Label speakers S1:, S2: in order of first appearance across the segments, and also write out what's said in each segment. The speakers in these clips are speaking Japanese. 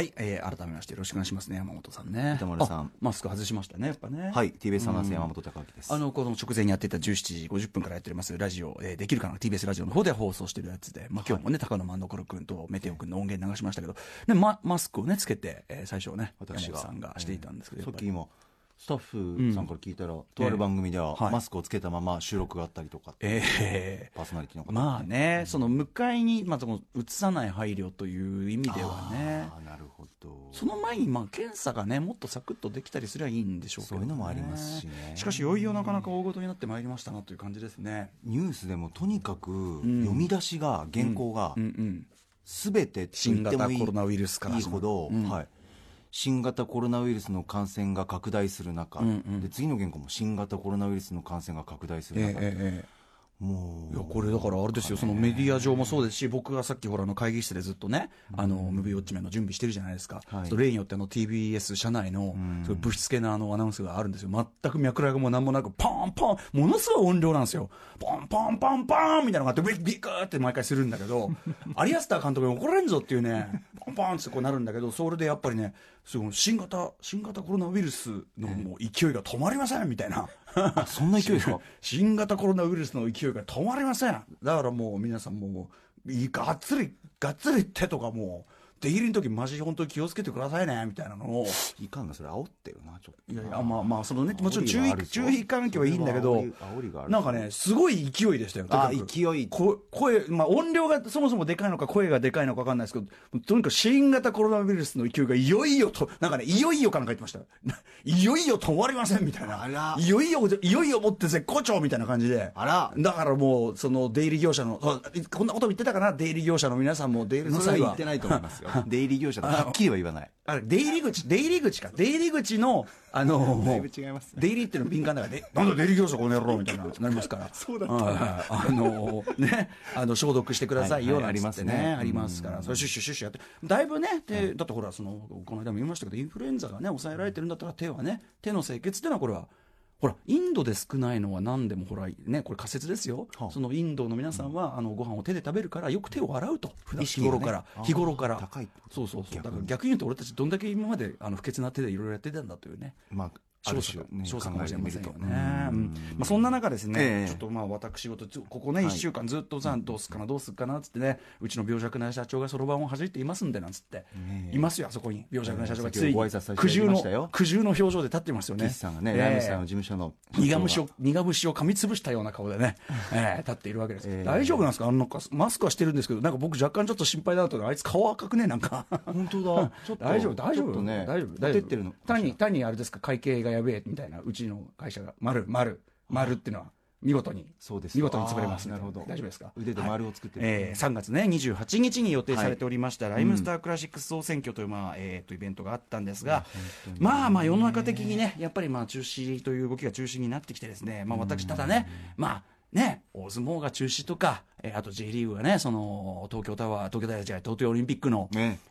S1: はい、えー、改めましてよろしくお願いしますね、山本さんね。
S2: 板村さん。
S1: マスク外しましたね、やっぱね。
S2: はい、TBS アナウンサー山本隆明です。
S1: あの、この直前にやってた17時50分からやっております、ラジオ、えー、できるかな、TBS ラジオの方で放送してるやつで、まあ今日もね、はい、高野万所君とメテオ君の音源流しましたけど、ね、ま、マスクをね、つけて、えー、最初ね、
S2: 私
S1: 山本さんがしていたんですけど、
S2: さっき今、スタッフさんから聞いたら、うん、とある番組では、マスクをつけたまま収録があったりとか、
S1: え
S2: ー、パーソナリティの方、
S1: まあね、うん、その向かいに、まあ、うつさない配慮という意味ではね、
S2: なるほど
S1: その前に、まあ、検査がね、もっとサクッとできたりすればいいんでしょうけど、
S2: ね、そういうのもありますしね、
S1: しかし、いよいよなかなか大ごとになってまいりましたなという感じですね。
S2: ニュースでもとにかく、読み出しが、原稿が、すべて
S1: 新型コロナウイルスから
S2: いいほど、うん、はい。新型コロナウイルスの感染が拡大する中、うんうん、で次の原稿も新型コロナウイルスの感染が拡大する中、えええ、も
S1: ういやこれだからあれですよ、そのメディア上もそうですし、僕がさっきほらの会議室でずっとね、うん、あのムービーウォッチメンの準備してるじゃないですか、はい、例によってあの TBS 社内の、うん、ぶしつけなあのアナウンスがあるんですよ、全く脈絡もなんもなく、ポンポン、ものすごい音量なんですよ、ポンポンポンポンみたいなのがあって、ビッビッカーって毎回するんだけ ど、有安田監督に怒られんぞっていうね、ポンポンってこうなるんだけど、それでやっぱりね、その新型新型コロナウイルスのもう勢いが止まりませんみたいな、
S2: そんな勢いですか
S1: 新型コロナウイルスの勢いが止まりませんだからもう皆さんもうがっつりがっつり手とかもう出入りの時マジ本当に気をつけてくださいねみたいなのを
S2: いかんなそれ煽ってるなちょっ
S1: といやいやまあまあそのねもちろん注意注意喚起はいいんだけどなんかねすごい勢いでしたよ
S2: あ勢い
S1: 声まあ音量がそもそもでかいのか声がでかいのか分かんないですけどとにかく新型コロナウイルスの勢いがいよいよとなんかねいよいよかなんか言ってました いよいよ止まりませんみたいないよいよいよいよ持って絶好調みたいな感じで
S2: あら
S1: だからもうその出入り業者のこんなこと言ってたかな出入り業者の皆さんも出入りの際
S2: は言ってないと思いますよ 出入り業者はっきりは言わない。
S1: あれ、出入り口、出入り口か。出入り口の、あの、
S2: だいぶ違います、
S1: ね、出入りっていうの敏感だから、で、なんだ出入り業者この野郎み たいな、なりますから。
S2: そうだったあ。
S1: あの、ね、あの、消毒してくださいよ、
S2: ありますね。
S1: ありますから、それシュッシュシュッシュやって、だいぶね、手、だってほら、その、この間も言いましたけど、インフルエンザがね、抑えられてるんだったら手はね、手の清潔っていうのはこれは、ほら、インドで少ないのは何でもほら、ね、これ仮説ですよ。はあ、そのインドの皆さんは、うん、あの、ご飯を手で食べるから、よく手を洗うと。
S2: 普段、ね、
S1: 日頃から。日頃から。
S2: 高い
S1: そうそうそう。だから逆に言うと、俺たちどんだけ今まで、あの、不潔な手でいろいろやってたんだというね。
S2: まあ、
S1: 少々、ね、少々かもしれませんよね。まあ、そんな中ですね、えー、ちょっとまあ私事、ここね、1週間ずっとさ、どうすっかな、どうすっかな、つってね、うちの病弱な社長がそろばんを弾いていますんで、なんつって、いますよ、あそこに、病弱な社長が
S2: つい、
S1: 苦渋の、苦渋の表情で立ってますよね。
S2: 岸さんがね、ライムさんの事務所の。
S1: 苦虫を、苦虫を噛みつぶしたような顔で ね、えー、立っているわけです。大丈夫なんですかあの、マスクはしてるんですけど、なんか僕若干ちょっと心配だと、あいつ顔赤くね、なんか。
S2: 本当 だ。ちょっと。
S1: 大丈夫、大丈夫。
S2: ね、
S1: 大丈夫、大丈夫。単に、単にあれですか、会計がやべえみたいな、うちの会社が、丸、丸、丸っていうのは、見事に、
S2: そうです
S1: 見事に潰れます
S2: なるほど
S1: 大丈夫ですか
S2: 腕で丸を作って
S1: る、はい、えー、3月ね、28日に予定されておりました、はい、ライムスタークラシック総選挙という、まあえー、とイベントがあったんですが、うん、まあまあ、世の中的にね、やっぱりまあ中止という動きが中止になってきて、ですね、まあ、私、ただね、うん、まあ、ね、大相撲が中止とか、えー、あと J リーグがね、その、東京タワー、東京大じゃ東京オリンピックの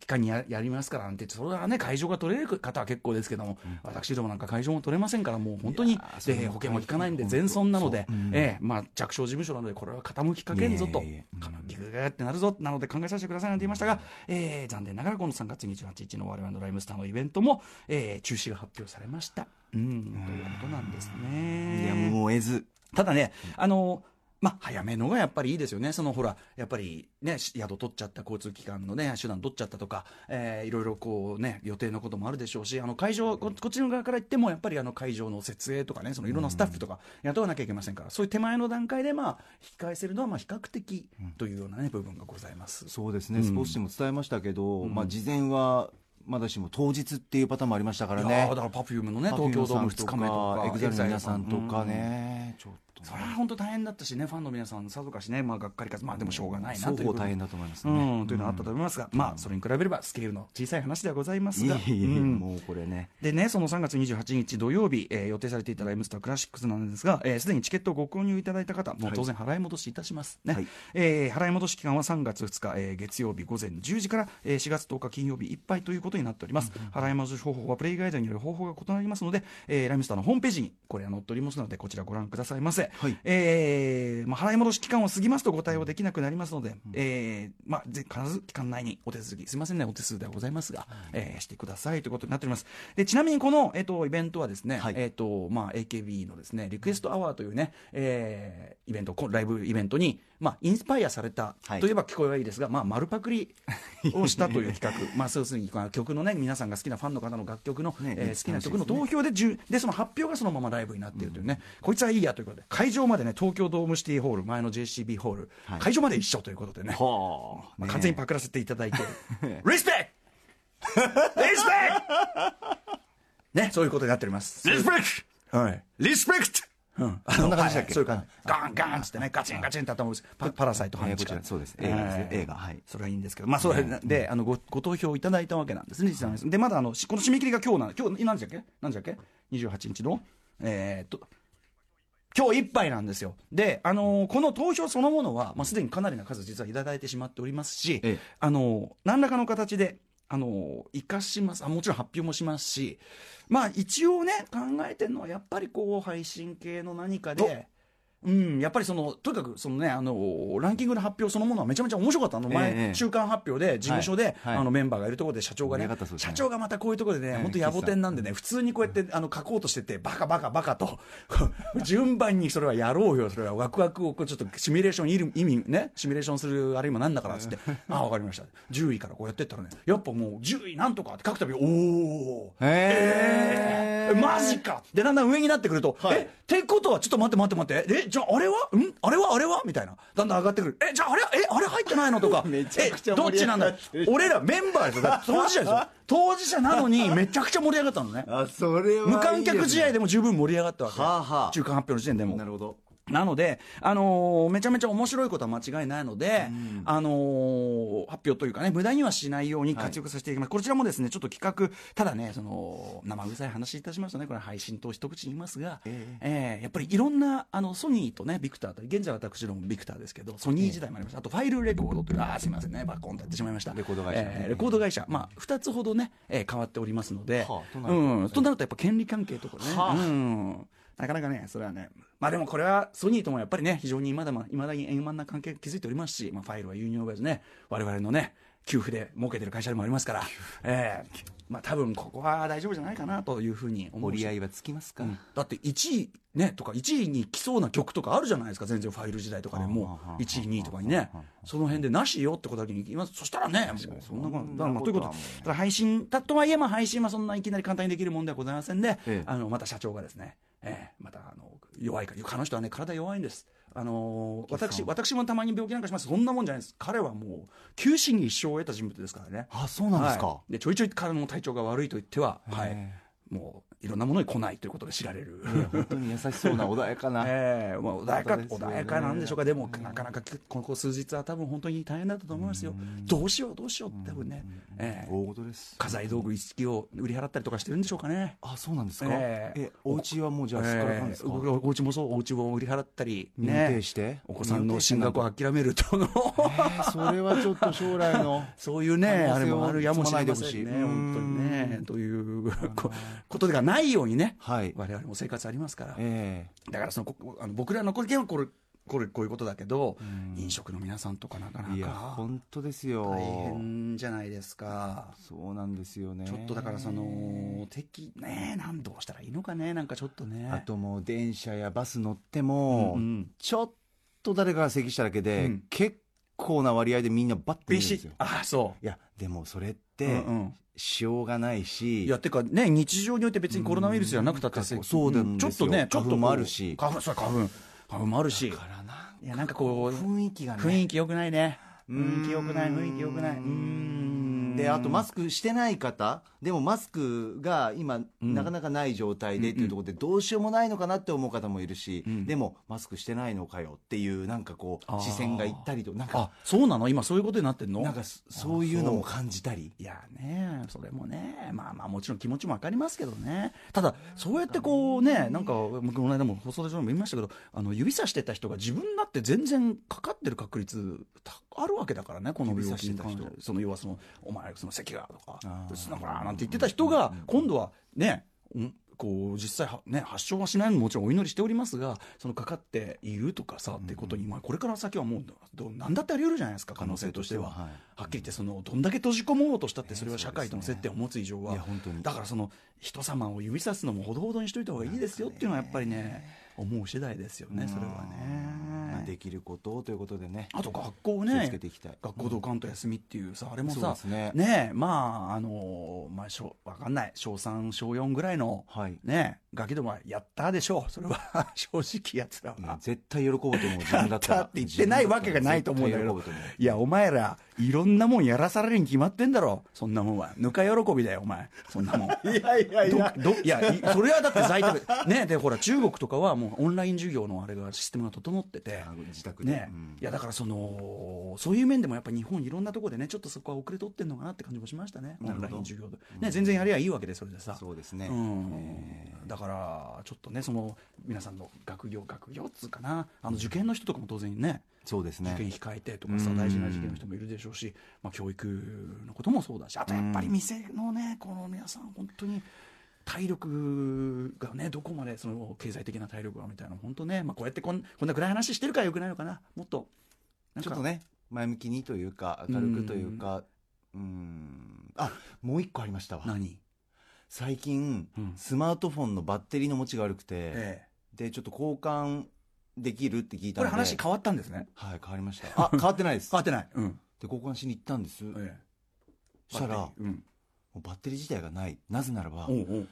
S1: 期間にや,、りますからなんて、それはね、会場が取れる方は結構ですけども、うん、私どもなんか会場も取れませんから、もう本当に、で、保険も効かないんで、全損なので、うん、えー、まあ、弱小事務所なので、これは傾きかけんぞと、傾きかけってなるぞ、なので考えさせてくださいなんて言いましたが、えー、残念ながらこの3月28日の我々のライムスターのイベントも、えー、中止が発表されました。うん、ということなんですね。
S2: いや、もうえず。
S1: ただね、あの、まあ、早めのがやっぱりいいですよね。そのほら、やっぱりね、宿取っちゃった、交通機関のね、手段取っちゃったとか、えー、いろいろこうね、予定のこともあるでしょうし、あの会場、こっちの側から言っても、やっぱりあの会場の設営とかね、そのいろんなスタッフとか雇わなきゃいけませんから、そういう手前の段階で、まあ、控えせるのは、まあ、比較的というようなね、部分がございます。
S2: そうですね、スポーツ紙も伝えましたけど、うん、まあ、事前は、まだしも当日っていうパターンもありましたからね。
S1: だからパフュームのね、東京ドーム2日目とか、
S2: エグザイルの皆さんとかね、ちょっと、
S1: それは本当大変だったしね、ファンの皆さんさぞかしね、まあ、がっかりか、まあでもしょうがないな
S2: という。双方大変だと思いますね。
S1: うん、というのはあったと思いますが、まあ、それに比べればスケールの小さい話ではございますが。
S2: いもうこれね。
S1: でね、その3月28日土曜日、えー、予定されていたライムスタークラシックスなんですが、す、で、にチケットをご購入いただいた方、もう当然払い戻しいたしますね。はえ払い戻し期間は3月2日、えー、月曜日午前10時から、えー、4月10日金曜日いっぱいということになっております、払い戻し方法はプレイガイドによる方法が異なりますので、えー、ライムスターのホームページにこれは載っておりますのでこちらご覧くださいませ、で、はい、えー、まあ、払い戻し期間を過ぎますとご対応できなくなりますので、うん、えー、まあ、必ず期間内にお手続き、すみませんね、お手数ではございますが、うん、えー、してくださいということになっております。でちなみにこの、えーと、とイベントはですね、はい、えーとまあ、AKB のですねリクエストアワーというね、えー、イベント、ライブイベントに、まあ、インスパイアされたといえば聞こえはいいですが、はい、まあ、丸パクリをしたという企 画、まあ、要するに曲のね、皆さんが好きなファンの方の楽曲の、ね、えー、好きな曲の投票でじゅ、ね、で、その発表がそのままライブになっているというね、うん、こいつはいいやということで、会場までね、東京ドームシティホール、前の JCB ホール、はい、会場まで一緒ということでね、はあ、まあ、完全にパクらせていただ いて、リスペクトリスペクトね、そういうことになっております。
S2: リスペク
S1: トはい。
S2: リスペクト
S1: うん、あの感じだっけ、はい、そういう感じ、ガンガンってね、ガチンガチンって頭をパパラサイト
S2: 半地下、そうです、映画ですね、映画、はい、
S1: それはいいんですけど、まあ、それで、あのごご投票いただいたわけなんですね、実際で、まだあのこの締め切りが今日な今日何時だっけ、何時だっけ、28日の、えー、っと、今日いっぱいなんですよ。で、あのー、この投票そのものは、まあ、すでにかなりな数、実はいただいてしまっておりますし、ええ、あのー、何らかの形で、あの生かしますあもちろん発表もしますしまあ一応ね考えてるのはやっぱりこう配信系の何かで。うん、やっぱりそのとにかくその、ね、あのランキングの発表そのものはめちゃめちゃ面白かったの前、ええ、週間発表で事務所で、はい、あのメンバーがいるところで社長がね、ね、社長がまたこういうところでね、本当野暮天なんでね、普通にこうやってあの書こうとしててバカバカバカと 順番にそれはやろうよそれはワクワクをこうちょっとシミュレーション意味ねシミュレーションするあれ今なんだからっつって ああ分かりました10位からこうやってったらねやっぱもう10位なんとかって書くたびおおえー、えー、マジかでだんだん上になってくると、はい、えってことはちょっと待って待って待ってえじゃあれはんあれはあれはみたいなだんだん上がってくるえじゃああれえあれ入ってないのと か
S2: めちゃくちゃ
S1: どっちなんだ俺らメンバーですよだ当事者ですよ 当事者なのにめちゃくちゃ盛り上がったの ね
S2: あそれは、ね、
S1: 無観客試合でも十分盛り上がったわけ、
S2: はあはあ、
S1: 中間発表の時点でも
S2: なるほど
S1: なので、あのー、めちゃめちゃ面白いことは間違いないので、うん、あのー、発表というかね、無駄にはしないように活躍させていきます。はい、こちらもですね、ちょっと企画、ただね、その、生臭い話いたしましたね、これ配信と一口に言いますが、えー、えー、やっぱりいろんな、あの、ソニーとね、ビクターと、現在私どもビクターですけど、ソニー時代もありました。あと、ファイルレコードという、ああ、すみませんね、バコンとやってしまいました。
S2: レコード会社、ね、
S1: えレコード会社、まあ、2つほどね、え変わっておりますので、はあ、うん、となるとやっぱ権利関係とかね、はあ、うん。なかなかね、それはね、まあでもこれはソニーともやっぱりね、非常にまだまだに円満な関係築いておりますし、まあ、ファイルはユニオンウェイズね、我々のね、給付で儲けてる会社でもありますから、ええー、まあ多分ここは大丈夫じゃないかなというふうに思う
S2: 折り合いはつきますか、うん、
S1: だって1位ねとか1位に来そうな曲とかあるじゃないですか全然ファイル時代とかでもう1位2位とかにねその辺でなしよってことだけに言いますそしたらねもうそんなことだからまあということだ配信だとはいえまあ配信はそんないきなり簡単にできるもんではございませんで、ええ、あのまた社長がですねえー、またあの弱いから、彼の人はね、体弱いんです、あのー、私私もたまに病気なんかします、そんなもんじゃないです、彼はもう、九死に一生を得た人物ですからね、、
S2: あそうなんですか、はい
S1: でちょいちょい体の体調が悪いと言っては、はい、もういろんなものに来ないということで知られる、
S2: 本当に優しそうな、穏やか な、
S1: えーまあ、穏やか、ね、穏やかなんでしょうか、でも、なかなかこの数日は多分本当に大変だったと思いますよ、どうしよう、どうしようって、多分ね、
S2: えー、大事です
S1: 家財道具一式を売り払ったりとかしてるんでしょうかね。
S2: あそうなんですか、えー、えお家はもうじゃあ、すからかんですか、え
S1: ー、お家もそう、お家を売り払ったり、
S2: ね、認定して
S1: お子さんの進学を諦めるとの、
S2: それはちょっと将来の、
S1: そういうね、あれもあるやもしれませんね、本当にね。と いうことがないようにね、はい、我々も生活ありますから、えー、だからそのあの僕らの意見はこれこれこういうことだけど、飲食の皆さんとかなかなかいや
S2: 本当ですよ
S1: 大変じゃないですか
S2: そうなんですよね
S1: ちょっとだからその敵ね何どうしたらいいのかねなんかちょっとね
S2: あともう電車やバス乗っても、うんうん、ちょっと誰かが咳しただけで、うん、結構な割合でみんなバッて見るんですよ
S1: あそう
S2: いやでもそれって、うんうんしようがないし。
S1: いや、てかね、日常において別にコロナウイルスじゃなくたって、
S2: うん、そうなん
S1: ちょっとね、
S2: ちょっともあるし。
S1: 花粉、そう、花粉。花粉もあるし。いや、なんかこう、
S2: 雰囲気がね。
S1: 雰囲気良くないね。雰囲気良くない、雰囲気良くない。うん。
S2: で、あとマスクしてない方、でもマスクが今、なかなかない状態でっていうところで、どうしようもないのかなって思う方もいるし、うん、でも、マスクしてないのかよっていう、なんかこう、視線がいったりと、なんか、
S1: そうなの今、そういうことになってんの
S2: なんか、そういうのも感じたり。
S1: いやね、それもね、まあまあ、もちろん気持ちも分かりますけどね、ただ、そうやってこうね、なんか、僕、この間も放送でも見ましたけど、あの指さしてた人が自分だって全然かかってる確率、あるわけだからね、この病気に関して、その要はその、お前、その咳がとか、なんかなんて言ってた人が、今度はね、こう実際は、ね、発症はしないのももちろんお祈りしておりますがそのかかっているとかさ、ってことに、まあ、これから先はもうどう何だってあり得るじゃないですか可能性としては、
S2: 可能性
S1: は
S2: としてははい
S1: っきり言ってそのどんだけ閉じ込もうとしたってそれは社会との接点を持つ以上は、
S2: いや本当に
S1: だからその人様を指さすのもほどほどにしといた方がいいですよっていうのはやっぱりね思う次第ですよねそれは
S2: まあ
S1: ね。
S2: できることをということでね
S1: あと学校
S2: 気を
S1: ね
S2: つけていきたい
S1: 学校ドカンと休みっていうさ、あれも
S2: そう
S1: さ
S2: ですね
S1: ねえまああのまあしょわかんない小3小4ぐらいの、
S2: はい
S1: ねえガキどもはやったでしょうそれは 正直やつら
S2: うん
S1: は。
S2: 絶対喜ぶと思う自分だった
S1: だ
S2: ら
S1: って言ってないわけがないと思うんだけど
S2: 絶対喜ぶと思う
S1: いやお前らいろんなもんやらされるに決まってんだろそんなもんはぬか喜びだよお前そんなもん
S2: いやいやいや
S1: どどいやいそれはだって在宅 ねでほら中国とかはもうオンライン授業のあれがシステムが整ってて
S2: あ自宅で、
S1: ね
S2: うん
S1: いやだからそのそういう面でもやっぱ日本いろんなところでねちょっとそこは遅れとってんのかなって感じもしましたねオ
S2: なる
S1: ン
S2: ほ
S1: ラ
S2: ど
S1: イン授業で、ね、全然やりゃいいわけでそれでさ
S2: そうですね、
S1: うんだからちょっとねその皆さんの学業学業っつうかなあの受験の人とかも当然ね
S2: そうです
S1: 受験
S2: ね
S1: 控えてとかさ、
S2: うん
S1: 大事な受験の人もいるでしょうし、まあ、教育のこともそうだしあとやっぱり店のねこの皆さん本当に体力がねどこまでその経済的な体力がみたいな本当ね、まあ、こうやってこんこんな暗い話してるからよくないのかなもっとなん
S2: ち
S1: か
S2: ょっとね前向きにというか明るくというかうんあもう一個ありましたわ
S1: 何
S2: 最近、
S1: うん
S2: スマートフォンのバッテリーの持ちが悪くて、
S1: え
S2: でちょっと交換できるって聞い
S1: え
S2: た
S1: こ
S2: ん
S1: れ
S2: で
S1: 話変わったんですね
S2: はい変わり ましたあ変わってないです
S1: 変わってないうん
S2: で交換しに行ったんです、
S1: ええ
S2: そしたら
S1: バッテリーうん
S2: もうバッテリー自体がないなぜならば
S1: おうおう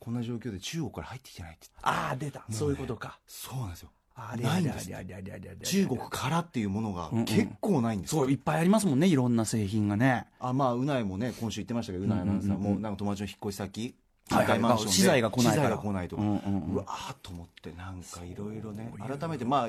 S2: こんな状況で中国から入ってきてないって言って
S1: ああ出た、そういうことか
S2: そうなんですよ
S1: あれ
S2: な
S1: あ
S2: いん
S1: れ
S2: で
S1: あ
S2: す
S1: れあれあれあれあれ
S2: 中国からっていうものが
S1: うんうん
S2: 結構ないんですよ、
S1: そういっぱいありますもんねいろんな製品がね
S2: あまあうないもね今週言ってましたけどうないアナウンサー
S1: うんうんうん
S2: もなんか友達の引っ越し先
S1: はい
S2: 一回マンションで
S1: 資材が来ないから
S2: 資材が来ないとか、
S1: う
S2: うん
S1: うんうん
S2: わーっと思ってなんかいろいろね
S1: そういう
S2: 改めてまあ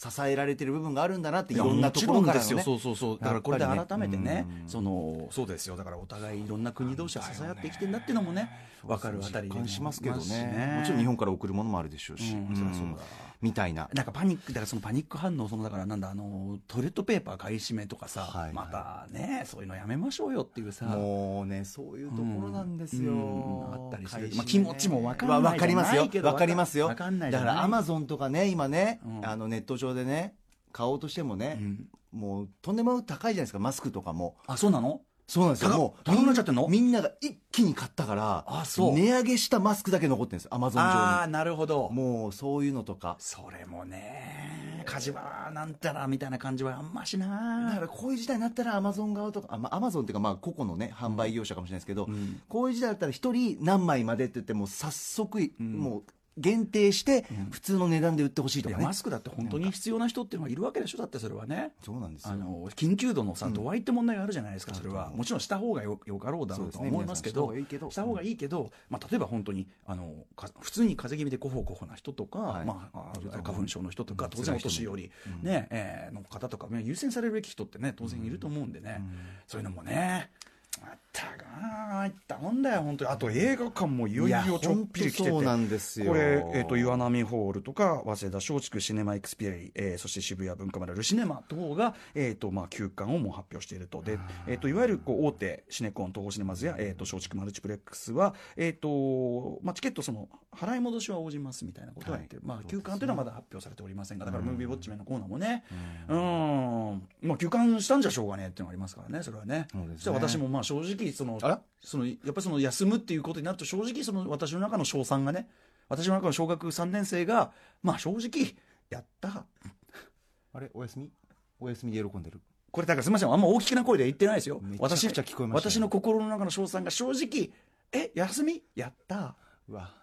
S2: 支えられてる部分があるんだなっていろんなところからの、ね、
S1: もちろんですよそうそうそうだからこれで
S2: やっぱ
S1: 改
S2: り
S1: め
S2: ね
S1: てね
S2: うん
S1: そのそうですよだからお互いいろんな国同士が支え合ってきてんだっていうのもね分かるあたり
S2: 実
S1: で
S2: 感しますけどね
S1: し
S2: もちろん日本から送るものもあるでしょうし、
S1: うん
S2: そりゃそうだみたいな
S1: なんかパニックだからそのパニック反応そのだからなんだあのトイレットペーパー買い占めとかさ、
S2: はい
S1: またねそういうのやめましょうよっていうさ
S2: もうねそういうところなんですよ、
S1: うんあったりする
S2: 会社ね
S1: まあ気持ちもわかんない
S2: わわかります
S1: じゃないけ
S2: よ
S1: ど
S2: わかりますよ
S1: わかんないじ
S2: だ
S1: ゃ
S2: か
S1: ない
S2: らアマゾンとかね今ね、
S1: うん
S2: あのネット上でね買おうとしてもね、
S1: うん
S2: もうとんでもなく高いじゃないですかマスクとかも
S1: あそうなの
S2: そうなんですよ
S1: 高っ
S2: もう
S1: 高くなっちゃってんの
S2: みんなが一気に買ったから
S1: あそう
S2: 値上げしたマスクだけ残ってるんですアマゾン
S1: あ
S2: 上
S1: あなるほど
S2: にもうそういうのとか
S1: それもね火事場なんたらみたいな感じはあんまし
S2: だ
S1: な
S2: からこういう時代になったらアマゾン側とかあまあアマゾンっていうかまあ個々のね販売業者かもしれないですけど、
S1: ん
S2: こういう時代だったら一人何枚までって言ってもう早速、もう限定して普通の値段で売ってほしいと
S1: いや
S2: かね、
S1: マスクだって本当に必要な人っていうのがいるわけでしょだってそれはね
S2: そうなんですよ
S1: あの緊急度のさ度合いって問題があるじゃないですか、それはもちろんした方がよよかろうだろうとは
S2: そうですね
S1: 思いますけど
S2: 皆さんした方がいいけど
S1: した方がいいけど、まあ、例えば本当にあのか普通に風邪気味でコホコホな人とか、
S2: はい
S1: まあ、あ花粉症の人とか、
S2: うん
S1: 当然お年寄り、ねえーの方とか、ね、優先されるべき人ってね当然いると思うんでね、そういうのもねあったかなあったもんだよ本当にあと映画館もいよい
S2: い
S1: よ
S2: や
S1: ちょっぴり来てて
S2: ほんとそうなんですよ
S1: これ、えー、と岩波ホールとか早稲田松竹シネマエクスピアリ、えーそして渋谷文化村ルシネマ等が、えーとまあ、休館をもう発表しているとで、えー、といわゆるこう大手シネコン東宝シネマズや、えー、と松竹マルチプレックスは、えーとまあ、チケットその払い戻しは応じますみたいなことを言ってる、
S2: はい
S1: まあ、休館というのはまだ発表されておりませんがだからムービーウォッチメンのコーナーもねうんまあ、休館したんじゃしょうがねえっていうのがありますからねそれはね。
S2: そうですね
S1: じゃあ私もまあ正直その
S2: あら
S1: そのやっぱりその休むっていうことになると正直その私の中の小3がね私の中の小学3年生がまあ正直やった
S2: あれお休みお休みで喜んでる
S1: これだからすみませんあんま大きな声で言ってないですよ
S2: めちゃく
S1: 私
S2: ちゃ聞こえましたね
S1: 私の心の中の小3が正直え休みやった
S2: うわ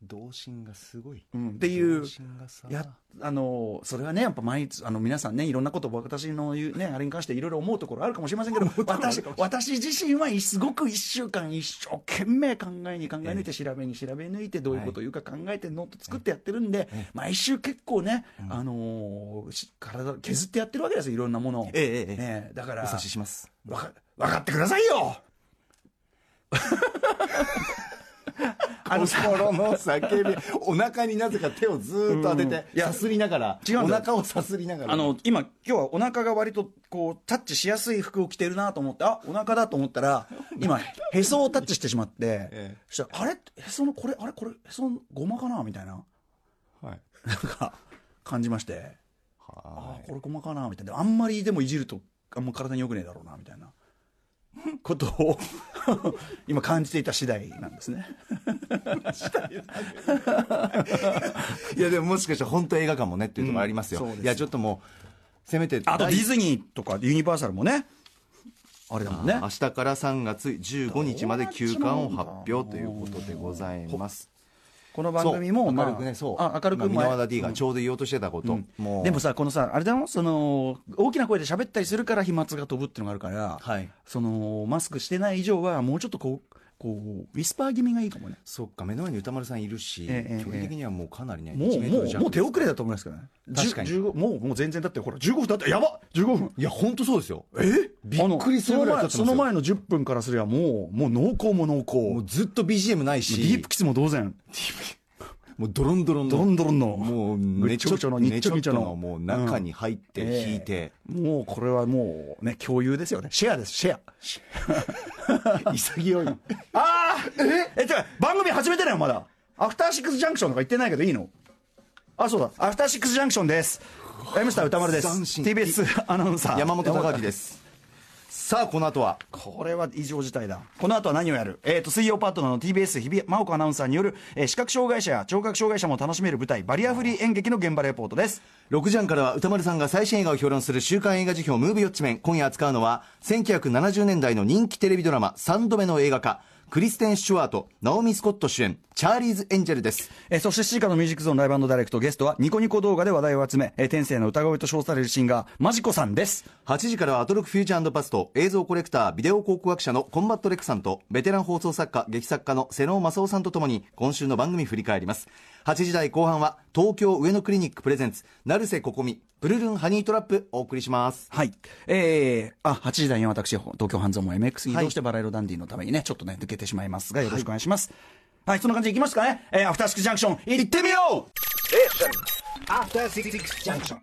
S2: 童心がすごい、
S1: うんっていう
S2: 童心がさ
S1: やあのそれはねやっぱ毎日あの皆さんねいろんなこと私の言う、ね、あれに関していろいろ思うところあるかもしれませんけど私私自身はいすごく1週間一生懸命考えに考え抜いて調べに調べ抜いてどういうことを言うか考えてノート作ってやってるんで、毎週結構ね、あのし体削ってやってるわけですよいろんなものを、
S2: ええええええ
S1: ね、だから
S2: お察しします
S1: わか分かってくださいよ
S2: あの心の叫び、お腹になぜか手をずーっと当てて、
S1: うんいや
S2: さすりながら、
S1: 違うん
S2: お
S1: だよ
S2: 腹をさすりながら。
S1: あの今、今日はお腹が割とこうタッチしやすい服を着てるなと思って、あお腹だと思ったら、今、へそをタッチしてしまって、
S2: ええ
S1: そしたら、あれ、へそのこれ、あれ、これ、へそのごまかなみたいな、
S2: はい。
S1: なんか感じまして、あ
S2: は
S1: あ、これごまかなみたいな、あんまりでもいじると、あんま体に良くねえだろうなみたいなことを今、感じていた次第なんですね。
S2: い。いや、でももしかしたら本当映画館もねっていうところありますよ。
S1: うんそうです
S2: いや、ちょっともう、せめて、
S1: あとデ
S2: 第
S1: ィズニーとかユニバーサルもね、あれだもんね
S2: 明。日から3月15日まで休館を発表ということでございます。
S1: この番組も、
S2: そう
S1: ま
S2: 明
S1: あ
S2: るくね、そう。
S1: あ明るく
S2: 今箕輪田 D
S1: う
S2: が
S1: ん
S2: ちょうど言おうとしてたこと。もう。
S1: でもさこのさあれだろその大きな声で喋ったりするから飛沫が飛ぶっていうのがあるから、
S2: はい
S1: そのマスクしてない以上はもうちょっとこうこうウィスパー気味がいいかもね
S2: そっか、目の前に歌丸さんいるし、
S1: ええええ
S2: 距離的にはもうかなりね、
S1: もう
S2: 1メート
S1: も
S2: ル
S1: う
S2: 弱
S1: もう手遅れだと思いますけどね
S2: 確かに
S1: 10 15もうもう全然だってほら15分だってやばっ15分
S2: いや、本当そうですよ。
S1: え
S2: びっくりするぐらい経ってます
S1: その前そ
S2: よ
S1: の前の10分からすればもうもう濃厚も濃
S2: もう
S1: 厚
S2: ずっと BGM ないし、
S1: ディープキスも同然
S2: もうドロンドロンの。
S1: ドロンドロンの
S2: もう、
S1: ぐっちょぐちょのにっちょぎちょの
S2: ねちょっともう中に入って、
S1: ええ
S2: 引いて、
S1: もうこれはもうね共有ですよねシェアですシェア
S2: 潔い。
S1: ああええてか番組始めてないよまだアフターシックスジャンクションとか言ってないけどいいのあそうだアフターシックスジャンクションです「M スター歌丸」です
S2: 斬新
S1: TBS アナウンサー
S2: 山本
S1: 山
S2: 隆明です。さあ、この後は、
S1: これは異常事態だこの後は何をやる、えー、と水曜パートナーの TBS 日比真央子アナウンサーによる、えー視覚障害者や聴覚障害者も楽しめる舞台バリアフリー演劇の現場レポートです
S2: 6時半からは歌丸さんが最新映画を評論する週刊映画辞表ムービーウォッチメン。今夜扱うのは、1970年代の人気テレビドラマ3度目の映画化、クリステン・シュワート、ナオミ・スコット主演、チャーリーズ・エンジェルです。
S1: えーそして7時からのミュージックゾーンライブダイレクトゲストはニコニコ動画で話題を集め、えー天性の歌声と称されるシンガーマジコさんです
S2: 8時からはアトロックフューチャーパスト映像コレクタービデオ考古学者のコンバットレックさんとベテラン放送作家劇作家の瀬能正夫さんとともに今週の番組振り返ります8時台後半は東京上野クリニックプレゼンツ成瀬ここみプルルンハニートラップお送りします
S1: はい。えー、あ、8時台に私、東京半蔵門 MX に移動してバラ色ダンディのためにね、ちょっとね、抜けてしまいますが、よろしくお願いします。はい、そんな感じでいきますかね。えー、アフターシックスジャンクション、行ってみよう
S3: After Six Junction.